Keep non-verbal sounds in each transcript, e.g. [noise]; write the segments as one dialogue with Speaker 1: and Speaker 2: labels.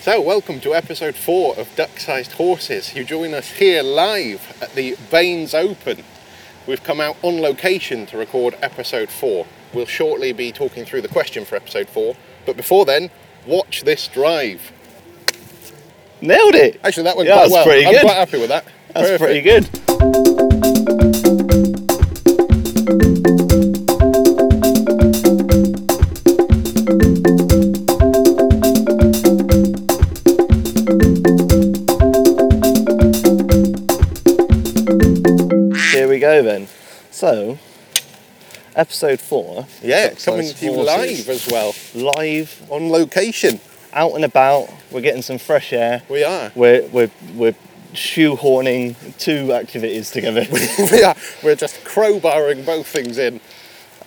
Speaker 1: So, welcome to episode four of Duck Sized Horses. You join us here live at the Baines Open. We've come out on location to record episode four. We'll shortly be talking through the question for episode four, but before then, watch this drive.
Speaker 2: Nailed it.
Speaker 1: Actually, that went
Speaker 2: Yeah,
Speaker 1: quite
Speaker 2: that's
Speaker 1: well.
Speaker 2: pretty
Speaker 1: I'm
Speaker 2: good.
Speaker 1: quite happy with that.
Speaker 2: That's
Speaker 1: Perfect.
Speaker 2: pretty good. Here we go then. So, episode four.
Speaker 1: Yeah,
Speaker 2: Duck-sized
Speaker 1: coming to you
Speaker 2: horses.
Speaker 1: live as well,
Speaker 2: Live,
Speaker 1: on location. [laughs]
Speaker 2: out and about. We're getting some fresh air.
Speaker 1: We are.
Speaker 2: We're we're we're shoehorning two
Speaker 1: [laughs]
Speaker 2: activities together.
Speaker 1: we are. We're just crowbarring both things in.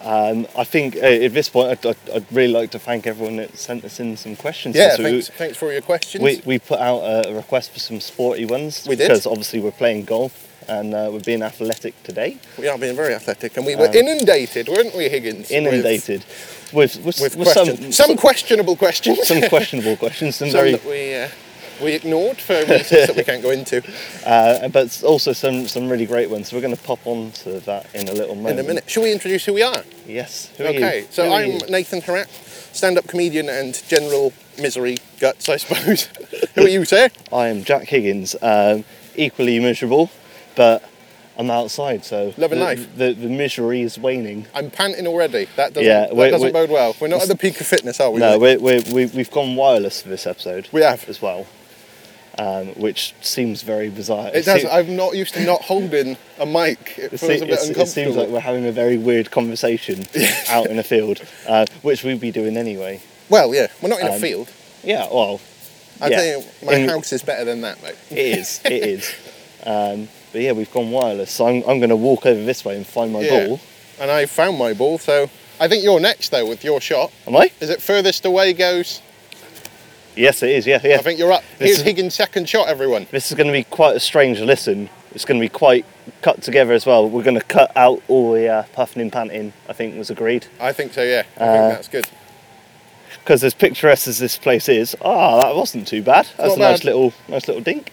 Speaker 2: um, I think uh, at this point, I'd, I'd, I'd really like to thank everyone that sent us in some questions.
Speaker 1: Yeah,
Speaker 2: So
Speaker 1: thanks, thanks for all your questions.
Speaker 2: we, we we put out a a request for some sporty ones.
Speaker 1: We did.
Speaker 2: because obviously we're playing golf and uh, we're being athletic today.
Speaker 1: We are being very athletic, and we were
Speaker 2: Um,
Speaker 1: inundated, weren't we, Higgins? with-
Speaker 2: Inundated with with,
Speaker 1: with,
Speaker 2: with some
Speaker 1: questions. Some, questionable questions. [laughs]
Speaker 2: [laughs] some questionable questions, some,
Speaker 1: Some
Speaker 2: very
Speaker 1: that we uh, we ignored for reasons that we can't go into
Speaker 2: uh, but also some some really great ones. So we're going to pop on to that in a little moment.
Speaker 1: in a minute. Shall we introduce who we are?
Speaker 2: Yes. Who are you?
Speaker 1: okay, so
Speaker 2: Who are
Speaker 1: I'm
Speaker 2: you?
Speaker 1: Nathan Harratt, stand-up comedian and general misery guts, I suppose. [laughs] who are you, sir?
Speaker 2: I am Jack Higgins, um, equally miserable, but I'm outside, so
Speaker 1: Love and
Speaker 2: the,
Speaker 1: life.
Speaker 2: The, the misery is waning.
Speaker 1: I'm panting already. That doesn't,
Speaker 2: Yeah,
Speaker 1: that
Speaker 2: we-
Speaker 1: doesn't
Speaker 2: we-
Speaker 1: bode well. We're not at the peak of fitness, are we?
Speaker 2: no,
Speaker 1: mate?
Speaker 2: we're, we're, we, we've gone wireless for this episode.
Speaker 1: We have.
Speaker 2: as well, um, which seems very bizarre.
Speaker 1: It does.
Speaker 2: seem-
Speaker 1: I'm not used to not holding a mic. It
Speaker 2: it
Speaker 1: feels
Speaker 2: se-
Speaker 1: a bit
Speaker 2: it-
Speaker 1: uncomfortable.
Speaker 2: it seems like we're having a very weird
Speaker 1: [laughs]
Speaker 2: conversation out in a field, uh, which we'd be doing anyway.
Speaker 1: well, yeah, we're not in a
Speaker 2: Um,
Speaker 1: field.
Speaker 2: Yeah, well,
Speaker 1: I
Speaker 2: yeah.
Speaker 1: tell you, my
Speaker 2: In-
Speaker 1: house is better than that, mate.
Speaker 2: It is. It is.
Speaker 1: [laughs]
Speaker 2: Um, but yeah, we've gone wireless, so I'm, I'm going to walk over this way and find my
Speaker 1: Yeah.
Speaker 2: ball.
Speaker 1: And I found my ball, so I think you're next though with your shot.
Speaker 2: Am I?
Speaker 1: Is it furthest away goes?
Speaker 2: Yes, it is. Yeah, yeah.
Speaker 1: I think you're up.
Speaker 2: This
Speaker 1: Here's
Speaker 2: is-
Speaker 1: Higgins' second shot, everyone.
Speaker 2: This is going to be quite a strange listen. It's going to be quite cut together as well. We're going to cut out all the uh, puffing and panting, I think was agreed.
Speaker 1: I think so, yeah. I
Speaker 2: Uh,
Speaker 1: think that's good.
Speaker 2: Because as picturesque as this place is, ah, that wasn't too bad. That's
Speaker 1: Not
Speaker 2: a nice
Speaker 1: bad.
Speaker 2: little, nice little dink.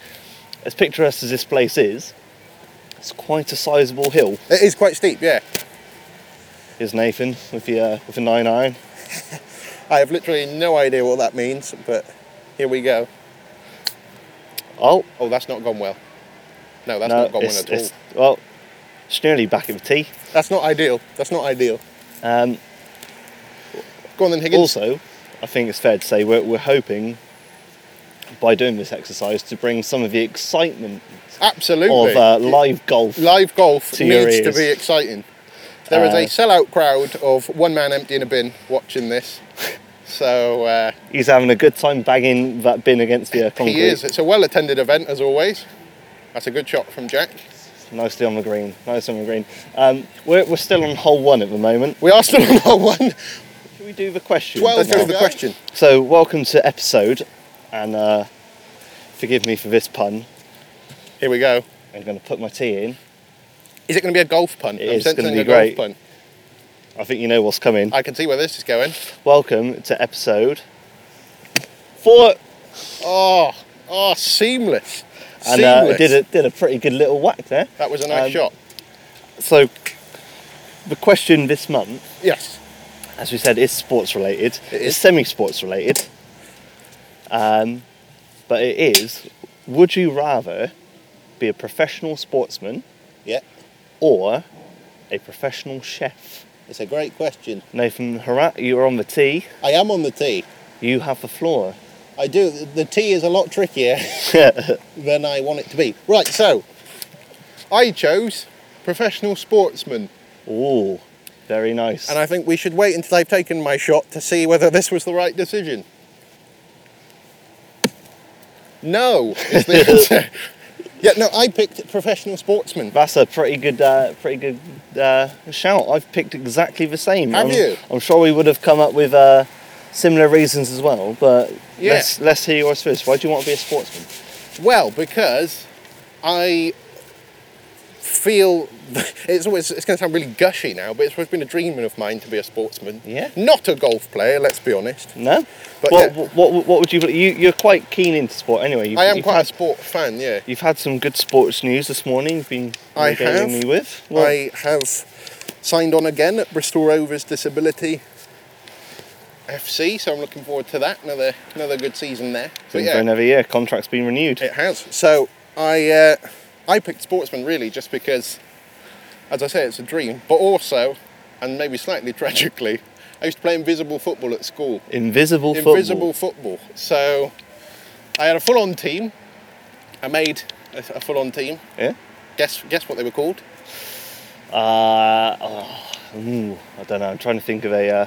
Speaker 2: As picturesque as this place is, it's quite a sizable hill,
Speaker 1: It is quite steep, yeah.
Speaker 2: is Nathan with the uh, with a nine iron.
Speaker 1: I have literally no idea what that means, but here we go.
Speaker 2: Oh,
Speaker 1: Oh, that's not gone well. No, that's
Speaker 2: no,
Speaker 1: not gone well
Speaker 2: it's,
Speaker 1: at all.
Speaker 2: it's well, it's nearly back of the tee.
Speaker 1: That's not ideal. That's not ideal.
Speaker 2: Um,
Speaker 1: Go on then, Higgins.
Speaker 2: Also, I think it's fair to say we're, we're hoping by doing this exercise to bring some of the excitement
Speaker 1: Absolutely.
Speaker 2: of uh, live golf.
Speaker 1: Live golf
Speaker 2: to your
Speaker 1: needs to
Speaker 2: ears.
Speaker 1: be exciting. There is
Speaker 2: Uh,
Speaker 1: a sellout crowd of one man emptying a bin watching this. [laughs] So uh,
Speaker 2: He's having a good time banging that bin against the uh, concrete.
Speaker 1: He is. It's a well attended event as always. That's a good shot from Jack.
Speaker 2: Nicely on the green. Nice on the green. Um, we're, we're still on hole one at the moment.
Speaker 1: We are still on [laughs] hole one.
Speaker 2: Should we do the question?
Speaker 1: 12
Speaker 2: now?
Speaker 1: for the question.
Speaker 2: So, welcome to episode, and uh, forgive me for this pun.
Speaker 1: Here we go.
Speaker 2: I'm going to put my tea in.
Speaker 1: Is it going to be a golf pun? I'm
Speaker 2: It is gonna
Speaker 1: sensing
Speaker 2: be
Speaker 1: a golf
Speaker 2: great.
Speaker 1: pun.
Speaker 2: I think you know what's coming.
Speaker 1: I can see where this is going.
Speaker 2: Welcome to episode four.
Speaker 1: Oh, oh, seamless.
Speaker 2: and uh,
Speaker 1: seamless.
Speaker 2: did a did a pretty good little whack there.
Speaker 1: That was a nice
Speaker 2: Um,
Speaker 1: shot.
Speaker 2: So, the question this month,
Speaker 1: Yes.
Speaker 2: as we said, is sports related.
Speaker 1: It is.
Speaker 2: It's semi-sports related. Um, but it is: Would you rather be a professional sportsman
Speaker 1: Yeah.
Speaker 2: or a professional chef?
Speaker 1: It's a great question.
Speaker 2: Nathan Harat, you are on the tee.
Speaker 1: I am on the tee.
Speaker 2: You have the floor.
Speaker 1: I do. The tee is a lot [laughs] trickier than I want it to be. Right, so I chose professional sportsman.
Speaker 2: Ooh, very nice.
Speaker 1: And I think we should wait until I've taken my shot to see whether this was the right decision. No, is the answer. [laughs] Yeah, no, I picked professional sportsman.
Speaker 2: That's a pretty good, uh, pretty good uh, shout. I've picked exactly the same.
Speaker 1: Have
Speaker 2: I'm,
Speaker 1: you?
Speaker 2: I'm sure we would have come up with uh, similar reasons as well. But
Speaker 1: Yeah.
Speaker 2: let's let's hear yours first. Why do you want to be a sportsman?
Speaker 1: Well, because I feel [laughs] it's always it's going to sound really gushy now, but it's always been a dream of mine to be a sportsman.
Speaker 2: Yeah.
Speaker 1: Not a golf player, let's be honest.
Speaker 2: No.
Speaker 1: But
Speaker 2: what,
Speaker 1: yeah.
Speaker 2: what, what what would you you you're quite keen into sport anyway. You've,
Speaker 1: I am
Speaker 2: you've
Speaker 1: quite a
Speaker 2: had,
Speaker 1: sport fan, yeah.
Speaker 2: You've had some good sports news this morning. You've been
Speaker 1: I
Speaker 2: regaling
Speaker 1: have.
Speaker 2: me with.
Speaker 1: I have signed on again at Bristol Rovers Disability FC, so I'm looking forward to that. Another another good season there. But
Speaker 2: been
Speaker 1: yeah,
Speaker 2: going every year. Contract's been renewed.
Speaker 1: It has. So I uh, I picked sportsman really just because, as I say, it's a dream. But also, and maybe slightly [laughs] tragically, I used to play invisible football at school.
Speaker 2: Invisible,
Speaker 1: Invisible football. So I had a full-on team. I made a, a full-on team.
Speaker 2: football.
Speaker 1: Guess guess what they were called?
Speaker 2: Yeah. Uh, oh, ooh, I don't know. I'm trying to think of a. Uh,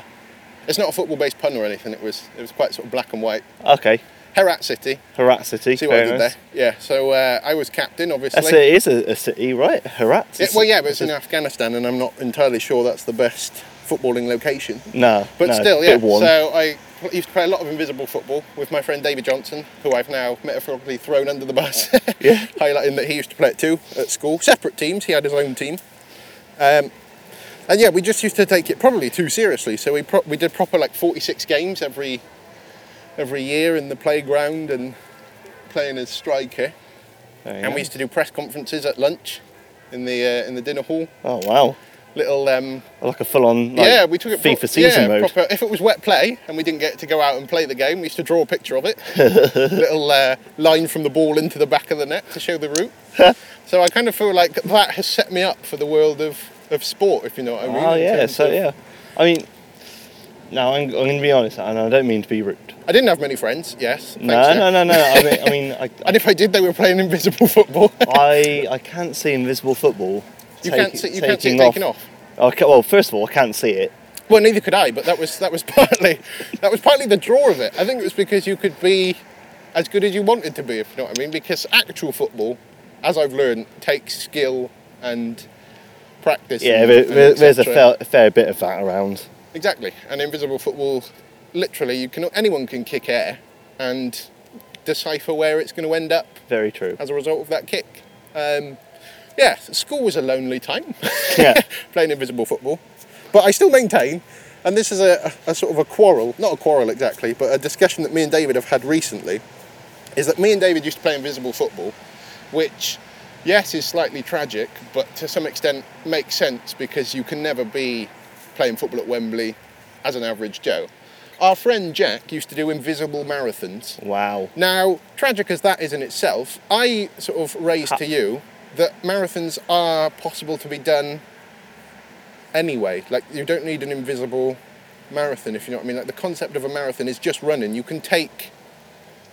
Speaker 1: It's not a football-based pun or anything. It was it was quite sort of black and white.
Speaker 2: uh, okay.
Speaker 1: Herat City.
Speaker 2: Herat City.
Speaker 1: See what I
Speaker 2: fair
Speaker 1: did
Speaker 2: enough.
Speaker 1: there? Yeah. So uh, I was captain, obviously.
Speaker 2: That's it is a, a city, right? Herat.
Speaker 1: Yeah, well, yeah, but it's in Afghanistan, and I'm not entirely sure that's the best footballing location.
Speaker 2: No.
Speaker 1: But
Speaker 2: no,
Speaker 1: still,
Speaker 2: bit
Speaker 1: yeah.
Speaker 2: warm.
Speaker 1: So I used to play a lot of invisible football with my friend David Johnson, who I've now metaphorically thrown under the bus, [laughs]
Speaker 2: Yeah.
Speaker 1: highlighting that he used to play it too at school. Separate teams, he had his own team. Um, and yeah, we just used to take it probably too seriously. So we pro- we did proper like 46 games every every year in the playground and playing as striker.
Speaker 2: There you
Speaker 1: And
Speaker 2: go.
Speaker 1: we used to do press conferences at lunch in the uh, in the dinner hall.
Speaker 2: Oh wow.
Speaker 1: Little um,
Speaker 2: Like a full-on. Like,
Speaker 1: yeah, we took it
Speaker 2: FIFA
Speaker 1: pro-
Speaker 2: season
Speaker 1: yeah,
Speaker 2: mode.
Speaker 1: Proper, if it was wet play and we didn't get to go out and play the game, we used to draw a picture
Speaker 2: [laughs]
Speaker 1: of it, little uh, line from the ball into the back of the net to show the
Speaker 2: [laughs]
Speaker 1: route. so I kind of feel like that has set me up for the world of, of sport, if you know what I mean.
Speaker 2: Oh
Speaker 1: in
Speaker 2: yeah,
Speaker 1: terms
Speaker 2: so
Speaker 1: of-
Speaker 2: yeah. I mean, now I'm, I'm going to be honest, and I don't mean to be rude.
Speaker 1: I didn't have many friends. Yes. thanks,
Speaker 2: No,
Speaker 1: Jeff.
Speaker 2: no, no, no. I mean,
Speaker 1: [laughs]
Speaker 2: I mean, I,
Speaker 1: And if I did, they were playing invisible [laughs] football.
Speaker 2: I, I can't see invisible football.
Speaker 1: you
Speaker 2: take-
Speaker 1: can't see, you can't see it
Speaker 2: taking
Speaker 1: taken off.
Speaker 2: Okay, well, first of all, I can't see it.
Speaker 1: Well, neither could I, but that was that was [laughs] partly that was partly the draw of it. I think it was because you could be as good as you wanted to be, if you know what I mean. Because actual football, as I've learned, takes skill and practice.
Speaker 2: Yeah,
Speaker 1: and-
Speaker 2: there,
Speaker 1: and
Speaker 2: there- there's a
Speaker 1: etc.
Speaker 2: fair, a fair bit of that around.
Speaker 1: exactly. And invisible football, literally, you can anyone can kick air and decipher where it's going to end up
Speaker 2: Very true.
Speaker 1: as a result of that kick. Um, yeah, school was a lonely time. [laughs]
Speaker 2: Yeah.
Speaker 1: playing invisible football. But I still maintain, and this is a, a, sort of a quarrel, not a quarrel exactly, but a discussion that me and David have had recently, is that me and David used to play invisible football, which, yes, is slightly tragic, but to some extent makes sense because you can never be playing football at Wembley as an average Joe. Our friend Jack used to do invisible marathons.
Speaker 2: Wow.
Speaker 1: Now, tragic as that is in itself, I sort of raised to you that marathons are possible to be done anyway. Like, you don't need an invisible marathon, if you know what I mean. Like, the concept of a marathon is just running. You can take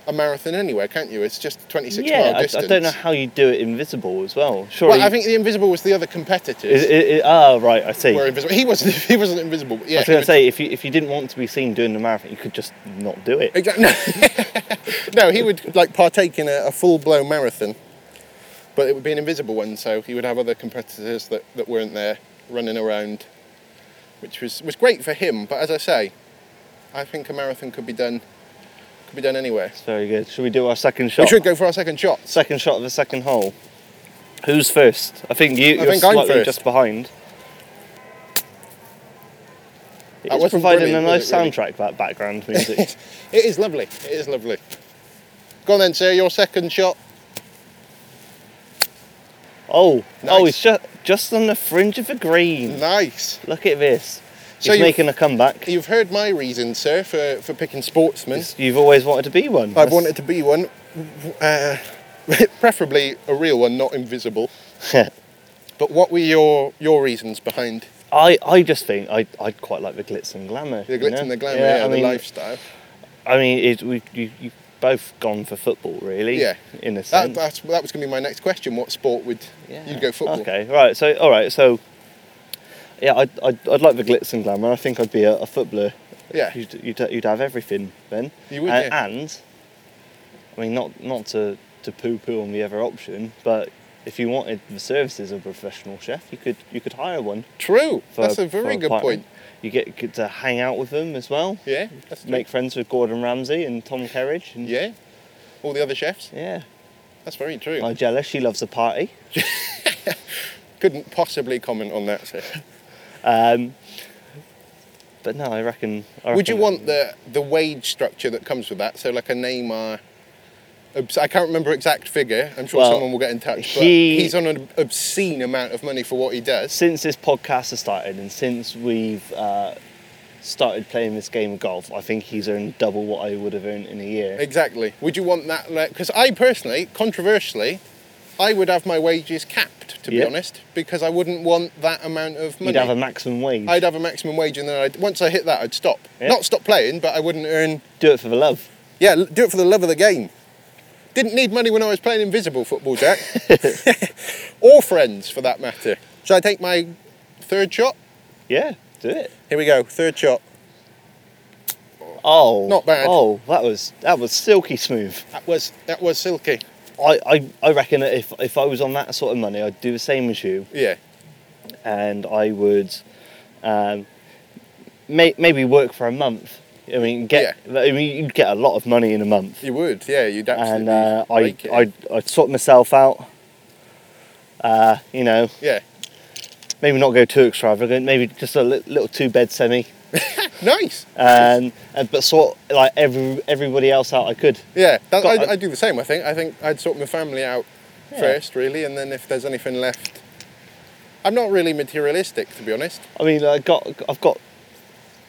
Speaker 1: a marathon anywhere, can't you? It's just a 26
Speaker 2: Yeah,
Speaker 1: mile
Speaker 2: I,
Speaker 1: distance.
Speaker 2: I don't know how you do it invisible as well. Surely.
Speaker 1: Well, I think the invisible was the other competitors.
Speaker 2: Is, is, is, ah, right. I see.
Speaker 1: were invisible. [laughs] He wasn't. He wasn't invisible. but Yeah,
Speaker 2: I was going to say, if you if you didn't want to be seen doing the marathon, you could just not do it.
Speaker 1: Exactly. [laughs] No. no, he would like partake in a, a full-blown marathon, but it would be an invisible one, so he would have other competitors that, that weren't there running around, which was was great for him. But as I say, I think a marathon could be done could be done anywhere.
Speaker 2: Very good. Should we do our second shot?
Speaker 1: We should go for our second shot.
Speaker 2: Second shot of the second hole. Who's first? I think you, you're
Speaker 1: think I'm
Speaker 2: slightly
Speaker 1: first.
Speaker 2: just behind. It
Speaker 1: That
Speaker 2: was
Speaker 1: wasn't
Speaker 2: providing a
Speaker 1: brilliant, was
Speaker 2: nice
Speaker 1: it, really?
Speaker 2: soundtrack,
Speaker 1: [laughs]
Speaker 2: that background music.
Speaker 1: It is lovely. It is lovely. Go on then, sir. Your second shot.
Speaker 2: oh, oh,
Speaker 1: Nice.
Speaker 2: it's just, just on the fringe of the green.
Speaker 1: Nice.
Speaker 2: Look at this.
Speaker 1: So
Speaker 2: He's
Speaker 1: you've-
Speaker 2: making a comeback.
Speaker 1: You've heard my reason, sir, for, for picking sportsmen.
Speaker 2: It's- You've always wanted to be one.
Speaker 1: I've wanted to be one, uh, [laughs] preferably a real one, not invisible.
Speaker 2: to.
Speaker 1: But what were your your reasons behind
Speaker 2: [laughs] I, I just think I, I'd quite like the glitz and glamour.
Speaker 1: the
Speaker 2: you
Speaker 1: glitz
Speaker 2: know?
Speaker 1: and the glamour,
Speaker 2: Yeah,
Speaker 1: yeah,
Speaker 2: I
Speaker 1: the
Speaker 2: mean,
Speaker 1: lifestyle?
Speaker 2: I mean, it, we, you, you've both gone for football, really.
Speaker 1: Yeah.
Speaker 2: In a
Speaker 1: That,
Speaker 2: sense.
Speaker 1: that's, that was going to be my next question. What sport would you go football?
Speaker 2: Okay, right. So, all right. So, yeah, I'd, I'd, I'd like the glitz and glamour. I think I'd be a, a footballer.
Speaker 1: Yeah.
Speaker 2: You'd, you'd, you'd have everything then.
Speaker 1: You would,
Speaker 2: And,
Speaker 1: yeah.
Speaker 2: and I mean, not not to, to poo poo on the other option, but if you wanted the services of a professional chef, you could you could hire one.
Speaker 1: True.
Speaker 2: for-
Speaker 1: that's a
Speaker 2: for
Speaker 1: very good
Speaker 2: part-
Speaker 1: point.
Speaker 2: You get get to hang out with them as well.
Speaker 1: Yeah. That's
Speaker 2: Make friends with Gordon Ramsay and Tom Kerridge.
Speaker 1: true.
Speaker 2: And
Speaker 1: Yeah. All the other chefs.
Speaker 2: Yeah.
Speaker 1: That's very true.
Speaker 2: Nigella, she loves a party.
Speaker 1: Couldn't possibly comment on that, sir.
Speaker 2: Um, but no, I reckon. I
Speaker 1: Would you
Speaker 2: reckon-
Speaker 1: want the the wage structure that comes with that? So like a Neymar. obs- I can't remember exact figure. I'm sure
Speaker 2: Well,
Speaker 1: someone will get in touch. But
Speaker 2: he-
Speaker 1: he's on an obscene amount of money for what he does.
Speaker 2: Since this podcast has started and since we've uh, started playing this game of golf, I think he's earned double what I would have earned in a year.
Speaker 1: Exactly. Would you want that? Because I personally, controversially, I would have my wages capped. To be
Speaker 2: Yeah.
Speaker 1: honest, because I wouldn't want that amount of money.
Speaker 2: You'd have a maximum wage.
Speaker 1: I'd have a maximum wage, and then I'd, once I hit that, I'd stop.
Speaker 2: Yeah.
Speaker 1: Not stop playing, but I wouldn't earn.
Speaker 2: Do it for the love.
Speaker 1: Yeah, l- do it for the love of the game. Didn't need money when I was playing invisible football, [laughs] Jack. or friends, for that matter. Shall I take my third shot?
Speaker 2: Yeah, do it.
Speaker 1: Here we go. Third shot.
Speaker 2: Oh,
Speaker 1: Not bad.
Speaker 2: Oh, that was that was silky smooth.
Speaker 1: That was that was silky.
Speaker 2: I, I, I reckon that if if I was on that sort of money, I'd do the same as you,
Speaker 1: Yeah.
Speaker 2: and I would, um, may, maybe work for a month. I mean, get I mean, you'd get a lot of money in a month,
Speaker 1: You would. Yeah, you'd absolutely.
Speaker 2: and uh, I
Speaker 1: rake it.
Speaker 2: I'd, I'd sort myself out. Uh, you know,
Speaker 1: Yeah.
Speaker 2: maybe not go too extravagant. Maybe just a li- little two bed semi,
Speaker 1: Nice.
Speaker 2: and, and but sort like every everybody else out I could.
Speaker 1: Yeah. That,
Speaker 2: God,
Speaker 1: I'd,
Speaker 2: I-
Speaker 1: I'd do the same. I think. I think I'd sort my family out
Speaker 2: Yeah.
Speaker 1: first, really, and then if there's anything left. I'm not really materialistic, to be honest.
Speaker 2: I mean, I got, I've got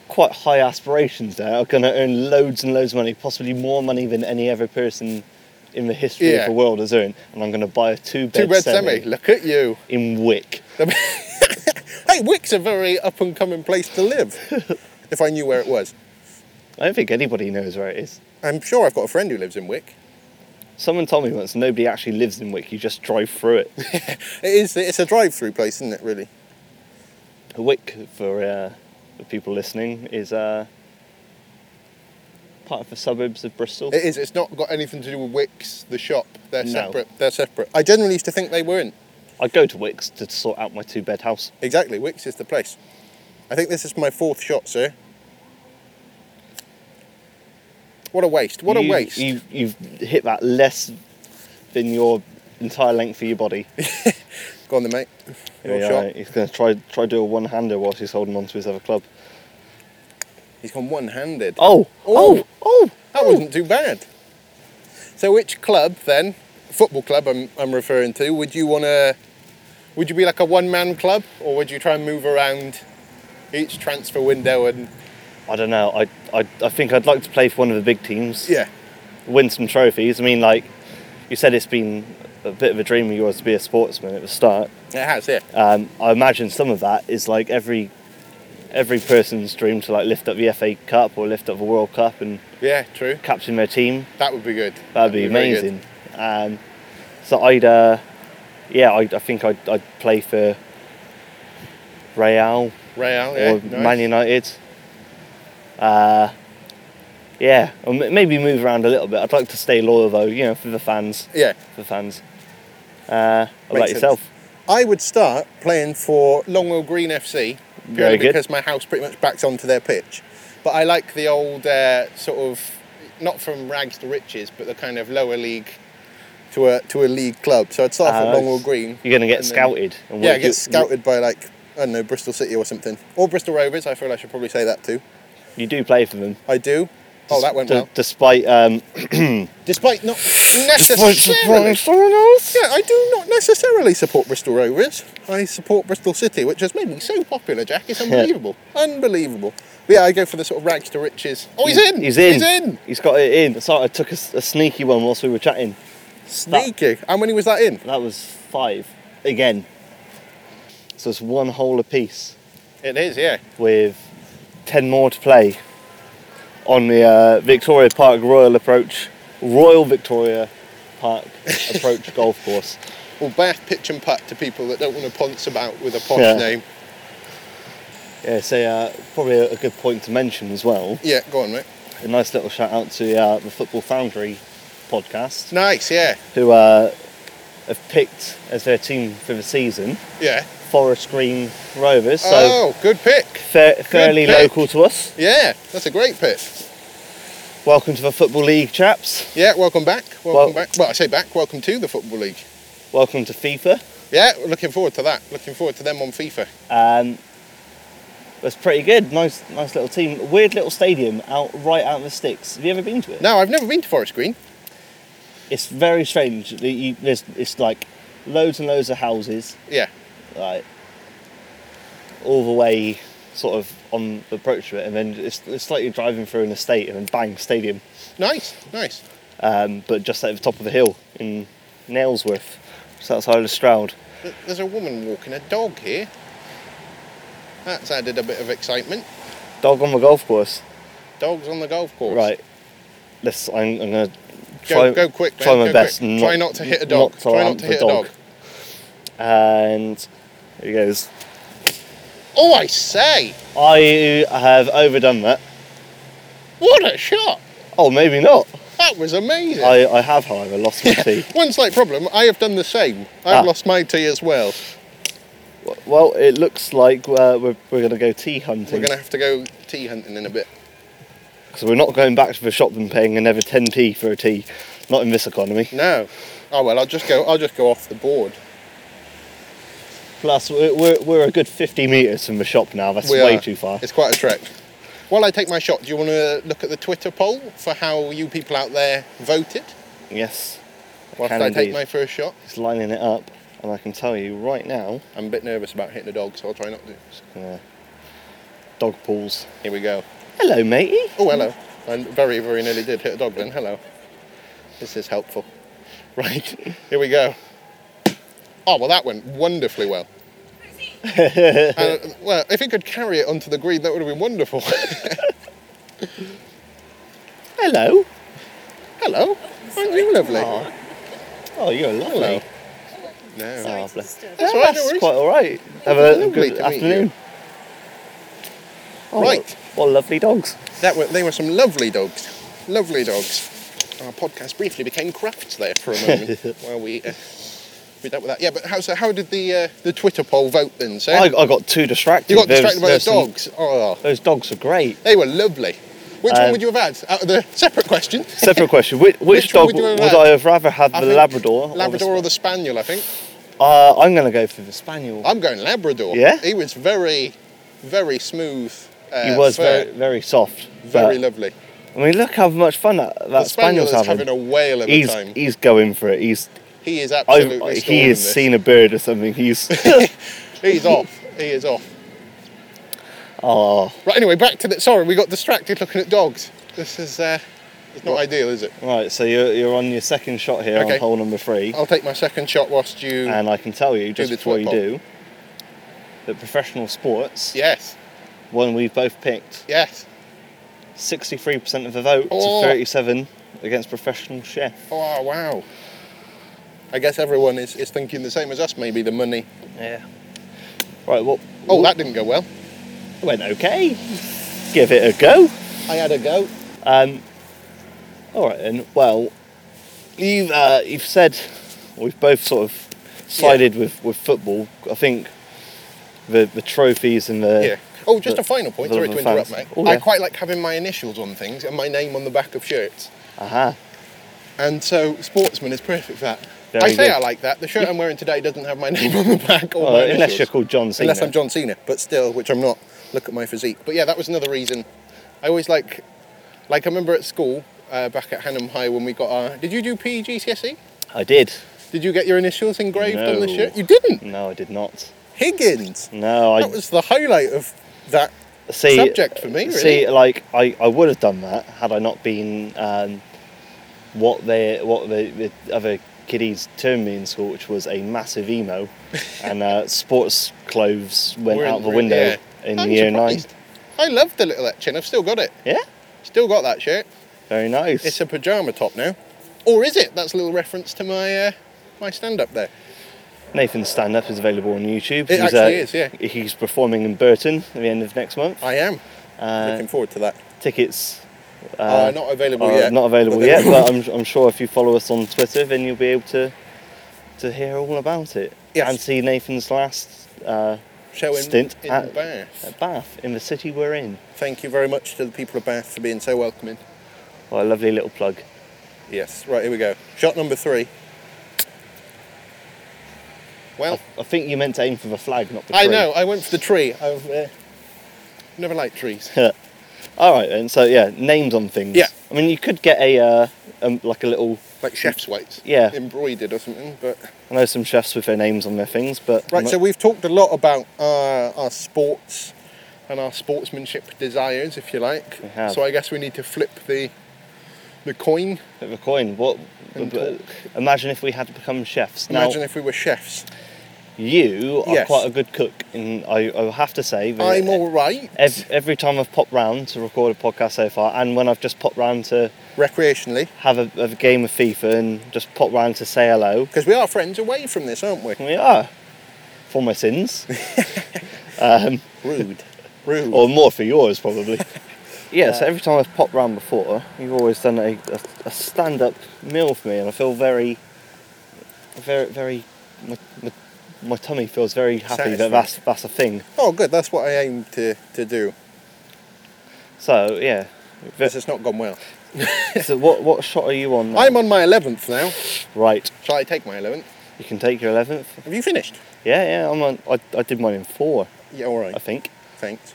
Speaker 2: quite high aspirations there. I'm going to earn loads and loads of money, possibly more money than any other person in the history
Speaker 1: Yeah.
Speaker 2: of the world has earned. And I'm going to buy a two-bed,
Speaker 1: Two red
Speaker 2: semi,
Speaker 1: semi. Look at you.
Speaker 2: in Wick.
Speaker 1: [laughs] hey, Wick's a very up and coming place to live. if I knew where it was,
Speaker 2: I don't think anybody knows where it is.
Speaker 1: I'm sure I've got a friend who lives in Wick.
Speaker 2: Someone told me once nobody actually lives in Wick. You just drive through
Speaker 1: [laughs]
Speaker 2: it.
Speaker 1: It is. It's a drive-through place, isn't it? Really.
Speaker 2: Wick, for uh, the people listening, is uh, part of the suburbs of Bristol.
Speaker 1: It is. It's not got anything to do with Wicks, the shop. They're
Speaker 2: No.
Speaker 1: separate. They're separate. I generally used to think they weren't.
Speaker 2: I go to Wick's to sort out my two-bed house.
Speaker 1: Exactly. Wicks is the place. I think this is my fourth shot, sir. What a waste. What
Speaker 2: You-
Speaker 1: a waste.
Speaker 2: You, you've hit that less than your entire length of
Speaker 1: [laughs]
Speaker 2: your body.
Speaker 1: Go on then, mate. Your
Speaker 2: Yeah,
Speaker 1: shot.
Speaker 2: right. He's going to try try do a one hander whilst he's holding on to his other club.
Speaker 1: He's gone one-handed.
Speaker 2: Oh!
Speaker 1: Oh!
Speaker 2: Oh! Oh!
Speaker 1: That wasn't too bad. So, which club then, football club I'm, I'm referring to, would you want to? Would you be like a one-man club, or would you try and move around each transfer window and
Speaker 2: I don't know. I, I I think I'd like to play for one of the big teams.
Speaker 1: yeah,
Speaker 2: Win some trophies. I mean, like you said, it's been a bit of a dream of yours to be a sportsman at the start.
Speaker 1: it has yeah.
Speaker 2: Um, I imagine some of that is like every every person's dream to like lift up the FA Cup or lift up the World Cup and
Speaker 1: Yeah, true.
Speaker 2: captain their team.
Speaker 1: That would be good.
Speaker 2: That'd be
Speaker 1: very good.
Speaker 2: amazing. Um, so I'd, uh, yeah, I, I think I'd, I'd play for Real
Speaker 1: Real, yeah,
Speaker 2: or
Speaker 1: nice.
Speaker 2: Man United. Uh, yeah, or m- maybe move around a little bit. I'd like to stay loyal though, you know, for the fans.
Speaker 1: Yeah,
Speaker 2: For the fans. Uh, what about
Speaker 1: Makes sense.
Speaker 2: yourself?
Speaker 1: I would start playing for Longwell Green FC purely
Speaker 2: Very good.
Speaker 1: because my house pretty much backs onto their pitch. But I like the old uh, sort of not from rags to riches, but the kind of lower league to a to a league club. So I'd start off
Speaker 2: Uh,
Speaker 1: at Longwell Green.
Speaker 2: You're gonna get
Speaker 1: and then-
Speaker 2: scouted. And
Speaker 1: yeah,
Speaker 2: work your-
Speaker 1: get scouted by like I don't know Bristol City or something, or Bristol Rovers. I feel I should probably say that too.
Speaker 2: You do play for them.
Speaker 1: I do. Oh, that went
Speaker 2: D-
Speaker 1: well.
Speaker 2: Despite
Speaker 1: [laughs]
Speaker 2: um,
Speaker 1: Despite
Speaker 2: [laughs]
Speaker 1: not necessarily.
Speaker 2: despite someone else.
Speaker 1: Yeah, I do not necessarily support Bristol Rovers. I support Bristol City, which has made me so popular, Jack.
Speaker 2: [laughs]
Speaker 1: It's unbelievable. Unbelievable. But yeah, I go for the sort of rags to riches. Oh, he's in!
Speaker 2: He's in.
Speaker 1: He's in!
Speaker 2: He's got it in. Sorry, I took a, s- a sneaky one whilst we were chatting.
Speaker 1: Sneaky. How many was that in?
Speaker 2: That was five again. So it's one hole apiece
Speaker 1: It is, yeah.
Speaker 2: with ten more to play on the uh, Victoria Park Royal Approach, Royal Victoria Park [laughs] Approach Golf Course.
Speaker 1: Or Bath pitch and putt to people that don't want to ponce about with a posh
Speaker 2: Yeah.
Speaker 1: name.
Speaker 2: Yeah, so uh, probably a, a good point to mention as well.
Speaker 1: Yeah, go on, mate.
Speaker 2: A nice little shout out to uh, the Football Foundry podcast,
Speaker 1: Nice, yeah.
Speaker 2: who uh, have picked as their team for the season
Speaker 1: Yeah.
Speaker 2: Forest Green Rovers. So.
Speaker 1: oh, good pick.
Speaker 2: Fair, fairly
Speaker 1: pick.
Speaker 2: local to us.
Speaker 1: Yeah, that's a great pick.
Speaker 2: Welcome to the Football League, chaps.
Speaker 1: Yeah, welcome back. Welcome
Speaker 2: Well-
Speaker 1: back. Well, I say back. Welcome to the Football League.
Speaker 2: Welcome to FIFA.
Speaker 1: Yeah, we're looking forward to that. Looking forward to them on FIFA.
Speaker 2: Um, that's pretty good. Nice, nice little team. Weird little stadium out right out in the sticks. Have you ever been to it?
Speaker 1: No, I've never been to Forest Green.
Speaker 2: It's very strange. The- you- there's, it's like loads and loads of houses,
Speaker 1: Yeah,
Speaker 2: like all the way sort of on the approach to it, and then it's, it's like you're driving through an estate, and then bang, stadium.
Speaker 1: nice, nice.
Speaker 2: Um, but just at the top of the hill in Nailsworth, just outside of Stroud.
Speaker 1: Th- There's a woman walking a dog here. That's added a bit of excitement.
Speaker 2: Dog on the golf course.
Speaker 1: Dogs on the golf course.
Speaker 2: Right. Let's. I'm, I'm gonna try.
Speaker 1: Go, go quick.
Speaker 2: Try
Speaker 1: man,
Speaker 2: my
Speaker 1: go
Speaker 2: best.
Speaker 1: quick. Try not to hit a dog.
Speaker 2: to
Speaker 1: Try
Speaker 2: lamp
Speaker 1: not to
Speaker 2: the
Speaker 1: hit a dog.
Speaker 2: And there he goes.
Speaker 1: Oh, I say!
Speaker 2: I have overdone that.
Speaker 1: What a shot!
Speaker 2: Oh, maybe not.
Speaker 1: That was amazing.
Speaker 2: I, I have, however, lost
Speaker 1: [laughs]
Speaker 2: my tee.
Speaker 1: One slight problem. I have done the same. I've
Speaker 2: Ah.
Speaker 1: lost my tea as well.
Speaker 2: W- Well, it looks like uh, we're, we're going to go tea
Speaker 1: We're
Speaker 2: hunting.
Speaker 1: going to have to go tea hunting in a bit.
Speaker 2: So we're not going back to the shop and paying another 10p for a tea. Not in this economy.
Speaker 1: No. Oh well, I'll just go. I'll just go off the board.
Speaker 2: Plus, we're, we're, we're a good 50 metres from the shop now. That's
Speaker 1: We
Speaker 2: way
Speaker 1: are-
Speaker 2: too far.
Speaker 1: It's quite a trek. While I take my shot, do you want to look at the Twitter poll for how you people out there voted?
Speaker 2: Yes. I
Speaker 1: Whilst
Speaker 2: can
Speaker 1: I take
Speaker 2: indeed.
Speaker 1: my first shot,
Speaker 2: It's lining it up. And I can tell you right now,
Speaker 1: I'm a bit nervous about hitting a dog, so I'll try not to.
Speaker 2: uh, dog pulls.
Speaker 1: Here we go.
Speaker 2: Hello, matey. [laughs]
Speaker 1: Oh, hello. I very, very nearly did hit a dog then. Hello. This is helpful. Right, here we go. Oh, well, that went wonderfully
Speaker 2: [laughs]
Speaker 1: well. Uh, well, if it could carry it onto the green, that would have been wonderful. [laughs]
Speaker 2: Hello.
Speaker 1: hello. Aren't you lovely?
Speaker 2: Aw. Oh, you're lovely.
Speaker 1: Hello. No.
Speaker 2: Oh,
Speaker 3: [laughs] Sorry to
Speaker 2: bless-
Speaker 3: disturb.
Speaker 1: That's
Speaker 2: Yeah,
Speaker 1: all right, no worries.
Speaker 2: quite all right. Have a,
Speaker 1: Lovely
Speaker 2: good
Speaker 1: to meet you.
Speaker 2: afternoon. Oh,
Speaker 1: Right.
Speaker 2: What, what lovely dogs.
Speaker 1: That were, they were some lovely dogs. Lovely dogs. Our podcast briefly became crafts there for a
Speaker 2: [laughs]
Speaker 1: moment while we, uh, we dealt with that. Yeah, but how, so how did the uh, the Twitter poll vote then, sir?
Speaker 2: I, I got too distracted.
Speaker 1: you got
Speaker 2: There was-
Speaker 1: distracted by
Speaker 2: there
Speaker 1: the
Speaker 2: was some-
Speaker 1: dogs. Oh,
Speaker 2: Those dogs are great.
Speaker 1: they were lovely. Which one
Speaker 2: Um,
Speaker 1: would you have had out of the [laughs] separate question?
Speaker 2: [laughs] Separate question. Which, which,
Speaker 1: Which one would
Speaker 2: dog would,
Speaker 1: you have had?
Speaker 2: I have rather have?
Speaker 1: I
Speaker 2: the
Speaker 1: think
Speaker 2: Labrador. or the
Speaker 1: Labrador or the Spaniel, I think.
Speaker 2: Sp- uh, I'm going to go for the Spaniel.
Speaker 1: I'm going Labrador.
Speaker 2: Yeah?
Speaker 1: He was very, very smooth. Uh,
Speaker 2: he was
Speaker 1: fur.
Speaker 2: very, very soft.
Speaker 1: very
Speaker 2: but-
Speaker 1: lovely.
Speaker 2: I mean, look how much fun that, that
Speaker 1: The Spaniel
Speaker 2: Spaniel's
Speaker 1: is
Speaker 2: having.
Speaker 1: having a whale of a
Speaker 2: he's,
Speaker 1: time.
Speaker 2: he's going for it. He's
Speaker 1: He is
Speaker 2: I've,
Speaker 1: absolutely.
Speaker 2: he
Speaker 1: storming
Speaker 2: has
Speaker 1: this.
Speaker 2: seen a bird or something. He's
Speaker 1: [laughs]
Speaker 2: [laughs]
Speaker 1: He's off. He is off.
Speaker 2: oh
Speaker 1: Right, anyway, back to the. Sorry, we got distracted looking at dogs. This is. Uh, it's not ideal, is it?
Speaker 2: right. So you're, you're on your second shot here
Speaker 1: Okay.
Speaker 2: on hole number three.
Speaker 1: I'll take my second shot whilst you.
Speaker 2: And I can tell you, just
Speaker 1: the
Speaker 2: before you
Speaker 1: twirl.
Speaker 2: do, that professional sports,
Speaker 1: yes,
Speaker 2: one we've both picked,
Speaker 1: yes.
Speaker 2: 63% of the vote
Speaker 1: Oh.
Speaker 2: to 37 against professional chef.
Speaker 1: Oh, wow. I guess everyone is, is thinking the same as us, maybe the money.
Speaker 2: Yeah. Right, well,
Speaker 1: Oh, that didn't go well.
Speaker 2: went okay. Give it a go.
Speaker 1: I had a go.
Speaker 2: Um, all right then. Well, you've uh, you've said we've both sort of sided with, with football. I think the the trophies and the
Speaker 1: Yeah. Oh, just
Speaker 2: the-
Speaker 1: a final point.
Speaker 2: the-
Speaker 1: Sorry
Speaker 2: the
Speaker 1: to interrupt,
Speaker 2: fans.
Speaker 1: mate.
Speaker 2: Oh,
Speaker 1: I
Speaker 2: yeah.
Speaker 1: quite like having my initials on things and my name on the back of shirts.
Speaker 2: Aha.
Speaker 1: And so, Sportsman is perfect for that.
Speaker 2: Very
Speaker 1: I say
Speaker 2: good.
Speaker 1: I like that. The shirt I'm wearing today doesn't have my [laughs] name on the back or
Speaker 2: Well,
Speaker 1: my
Speaker 2: unless
Speaker 1: initials.
Speaker 2: you're called John Cena.
Speaker 1: Unless I'm John Cena, but still, which I'm not. Look at my physique. But yeah, that was another reason. I always like, like I remember at school uh, back at Hannam High when we got our. Did you do PE GCSE?
Speaker 2: I did.
Speaker 1: Did you get your initials engraved on the
Speaker 2: No.
Speaker 1: shirt? You didn't.
Speaker 2: No, I did not.
Speaker 1: Higgins.
Speaker 2: No, I
Speaker 1: That was the highlight of that.
Speaker 2: see
Speaker 1: subject for me, really.
Speaker 2: See, like I, I would have done that had I not been um, what they what the, the other kiddies termed me in school, which was a
Speaker 1: [laughs]
Speaker 2: massive emo, and uh, sports clothes went
Speaker 1: We're in
Speaker 2: out the
Speaker 1: re-
Speaker 2: window
Speaker 1: yeah.
Speaker 2: in
Speaker 1: I'm
Speaker 2: year
Speaker 1: surprised. I loved the little etching. I've still got it.
Speaker 2: nine. Yeah,
Speaker 1: Still got that shirt.
Speaker 2: very nice.
Speaker 1: It's a pajama top now. Or is it? That's a little reference to my uh, my stand up there.
Speaker 2: Nathan's stand up is available on YouTube. uh,
Speaker 1: It actually is, yeah.
Speaker 2: He's performing in Burton at the end of next month.
Speaker 1: I am.
Speaker 2: Uh,
Speaker 1: Looking forward to that.
Speaker 2: tickets. Uh,
Speaker 1: Uh, not available
Speaker 2: are
Speaker 1: yet.
Speaker 2: Not
Speaker 1: [laughs]
Speaker 2: available
Speaker 1: they
Speaker 2: yet,
Speaker 1: will
Speaker 2: but I'm, I'm sure if you follow us on Twitter, then you'll be able to to hear all about it
Speaker 1: Yes.
Speaker 2: and see Nathan's last uh,
Speaker 1: show in,
Speaker 2: stint
Speaker 1: in
Speaker 2: at-
Speaker 1: Bath.
Speaker 2: at Bath in the city we're in.
Speaker 1: Thank you very much to the people of Bath for being so welcoming.
Speaker 2: What a lovely little plug.
Speaker 1: Yes, right, here we go. Shot number three. Well,
Speaker 2: I think you meant to aim for the flag, not the
Speaker 1: I
Speaker 2: tree.
Speaker 1: know. I went for the tree. I've uh, never liked
Speaker 2: [laughs]
Speaker 1: trees.
Speaker 2: All right then. So yeah, names on things.
Speaker 1: Yeah.
Speaker 2: I mean, you could get a uh, um, like a little.
Speaker 1: like chef's weights.
Speaker 2: Yeah.
Speaker 1: Embroidered or something. But
Speaker 2: I know some chefs with their names on their things, but
Speaker 1: right, so we've talked a lot about uh, our sports and our sportsmanship desires, if you like.
Speaker 2: We have.
Speaker 1: So I guess we need to flip the the coin.
Speaker 2: bit of a coin. What?
Speaker 1: And
Speaker 2: but-
Speaker 1: talk.
Speaker 2: imagine if we had to become chefs.
Speaker 1: Imagine
Speaker 2: now,
Speaker 1: if we were chefs.
Speaker 2: you are
Speaker 1: Yes.
Speaker 2: quite a good cook, and I, I have to say that
Speaker 1: I'm all right.
Speaker 2: e- ev- every time I've popped round to record a podcast so far, and when I've just popped round to
Speaker 1: recreationally
Speaker 2: have a, have a game of FIFA and just popped round to say hello,
Speaker 1: because we are friends away from this, aren't
Speaker 2: [laughs]
Speaker 1: we?
Speaker 2: we are for my sins.
Speaker 1: Rude. Rude.
Speaker 2: or more for yours [laughs] probably. yeah, so every time I've popped round before, you've always done a, a, a stand-up meal for me, and I feel very, very, very, my, my, my tummy feels very happy that
Speaker 1: Satisfied.
Speaker 2: that's that's a thing.
Speaker 1: oh, good. That's what I aim to, to do.
Speaker 2: So [laughs] yeah,
Speaker 1: This has not gone well.
Speaker 2: [laughs] so what what shot are you on? Now?
Speaker 1: I'm on my 11th now.
Speaker 2: right.
Speaker 1: Shall I take my 11th?
Speaker 2: You can take your eleventh.
Speaker 1: Have you finished?
Speaker 2: Yeah, yeah. I'm on. I, I did mine in four,
Speaker 1: Yeah, all right.
Speaker 2: I think.
Speaker 1: Thanks.